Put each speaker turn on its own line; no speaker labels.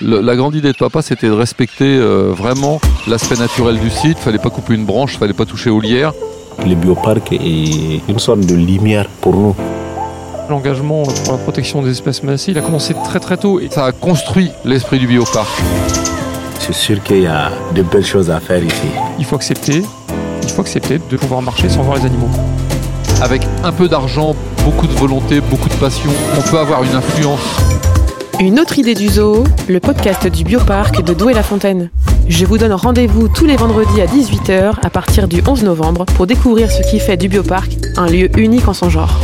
le- la grande idée de papa, c'était de respecter euh, vraiment l'aspect naturel du site. Fallait pas couper une branche, fallait pas toucher aux lierres.
Le bioparc est une sorte de lumière pour nous.
L'engagement pour la protection des espèces menacées, il a commencé très très tôt. Et
Ça a construit l'esprit du bioparc.
C'est sûr qu'il y a de belles choses à faire ici.
il faut accepter, il faut accepter de pouvoir marcher sans voir les animaux.
Avec un peu d'argent, beaucoup de volonté, beaucoup de passion, on peut avoir une influence
Une autre idée du zoo, le podcast du bioparc de Douai-la-Fontaine. Je vous donne rendez-vous tous les vendredis à 18h à partir du 11 novembre pour découvrir ce qui fait du bioparc un lieu unique en son genre.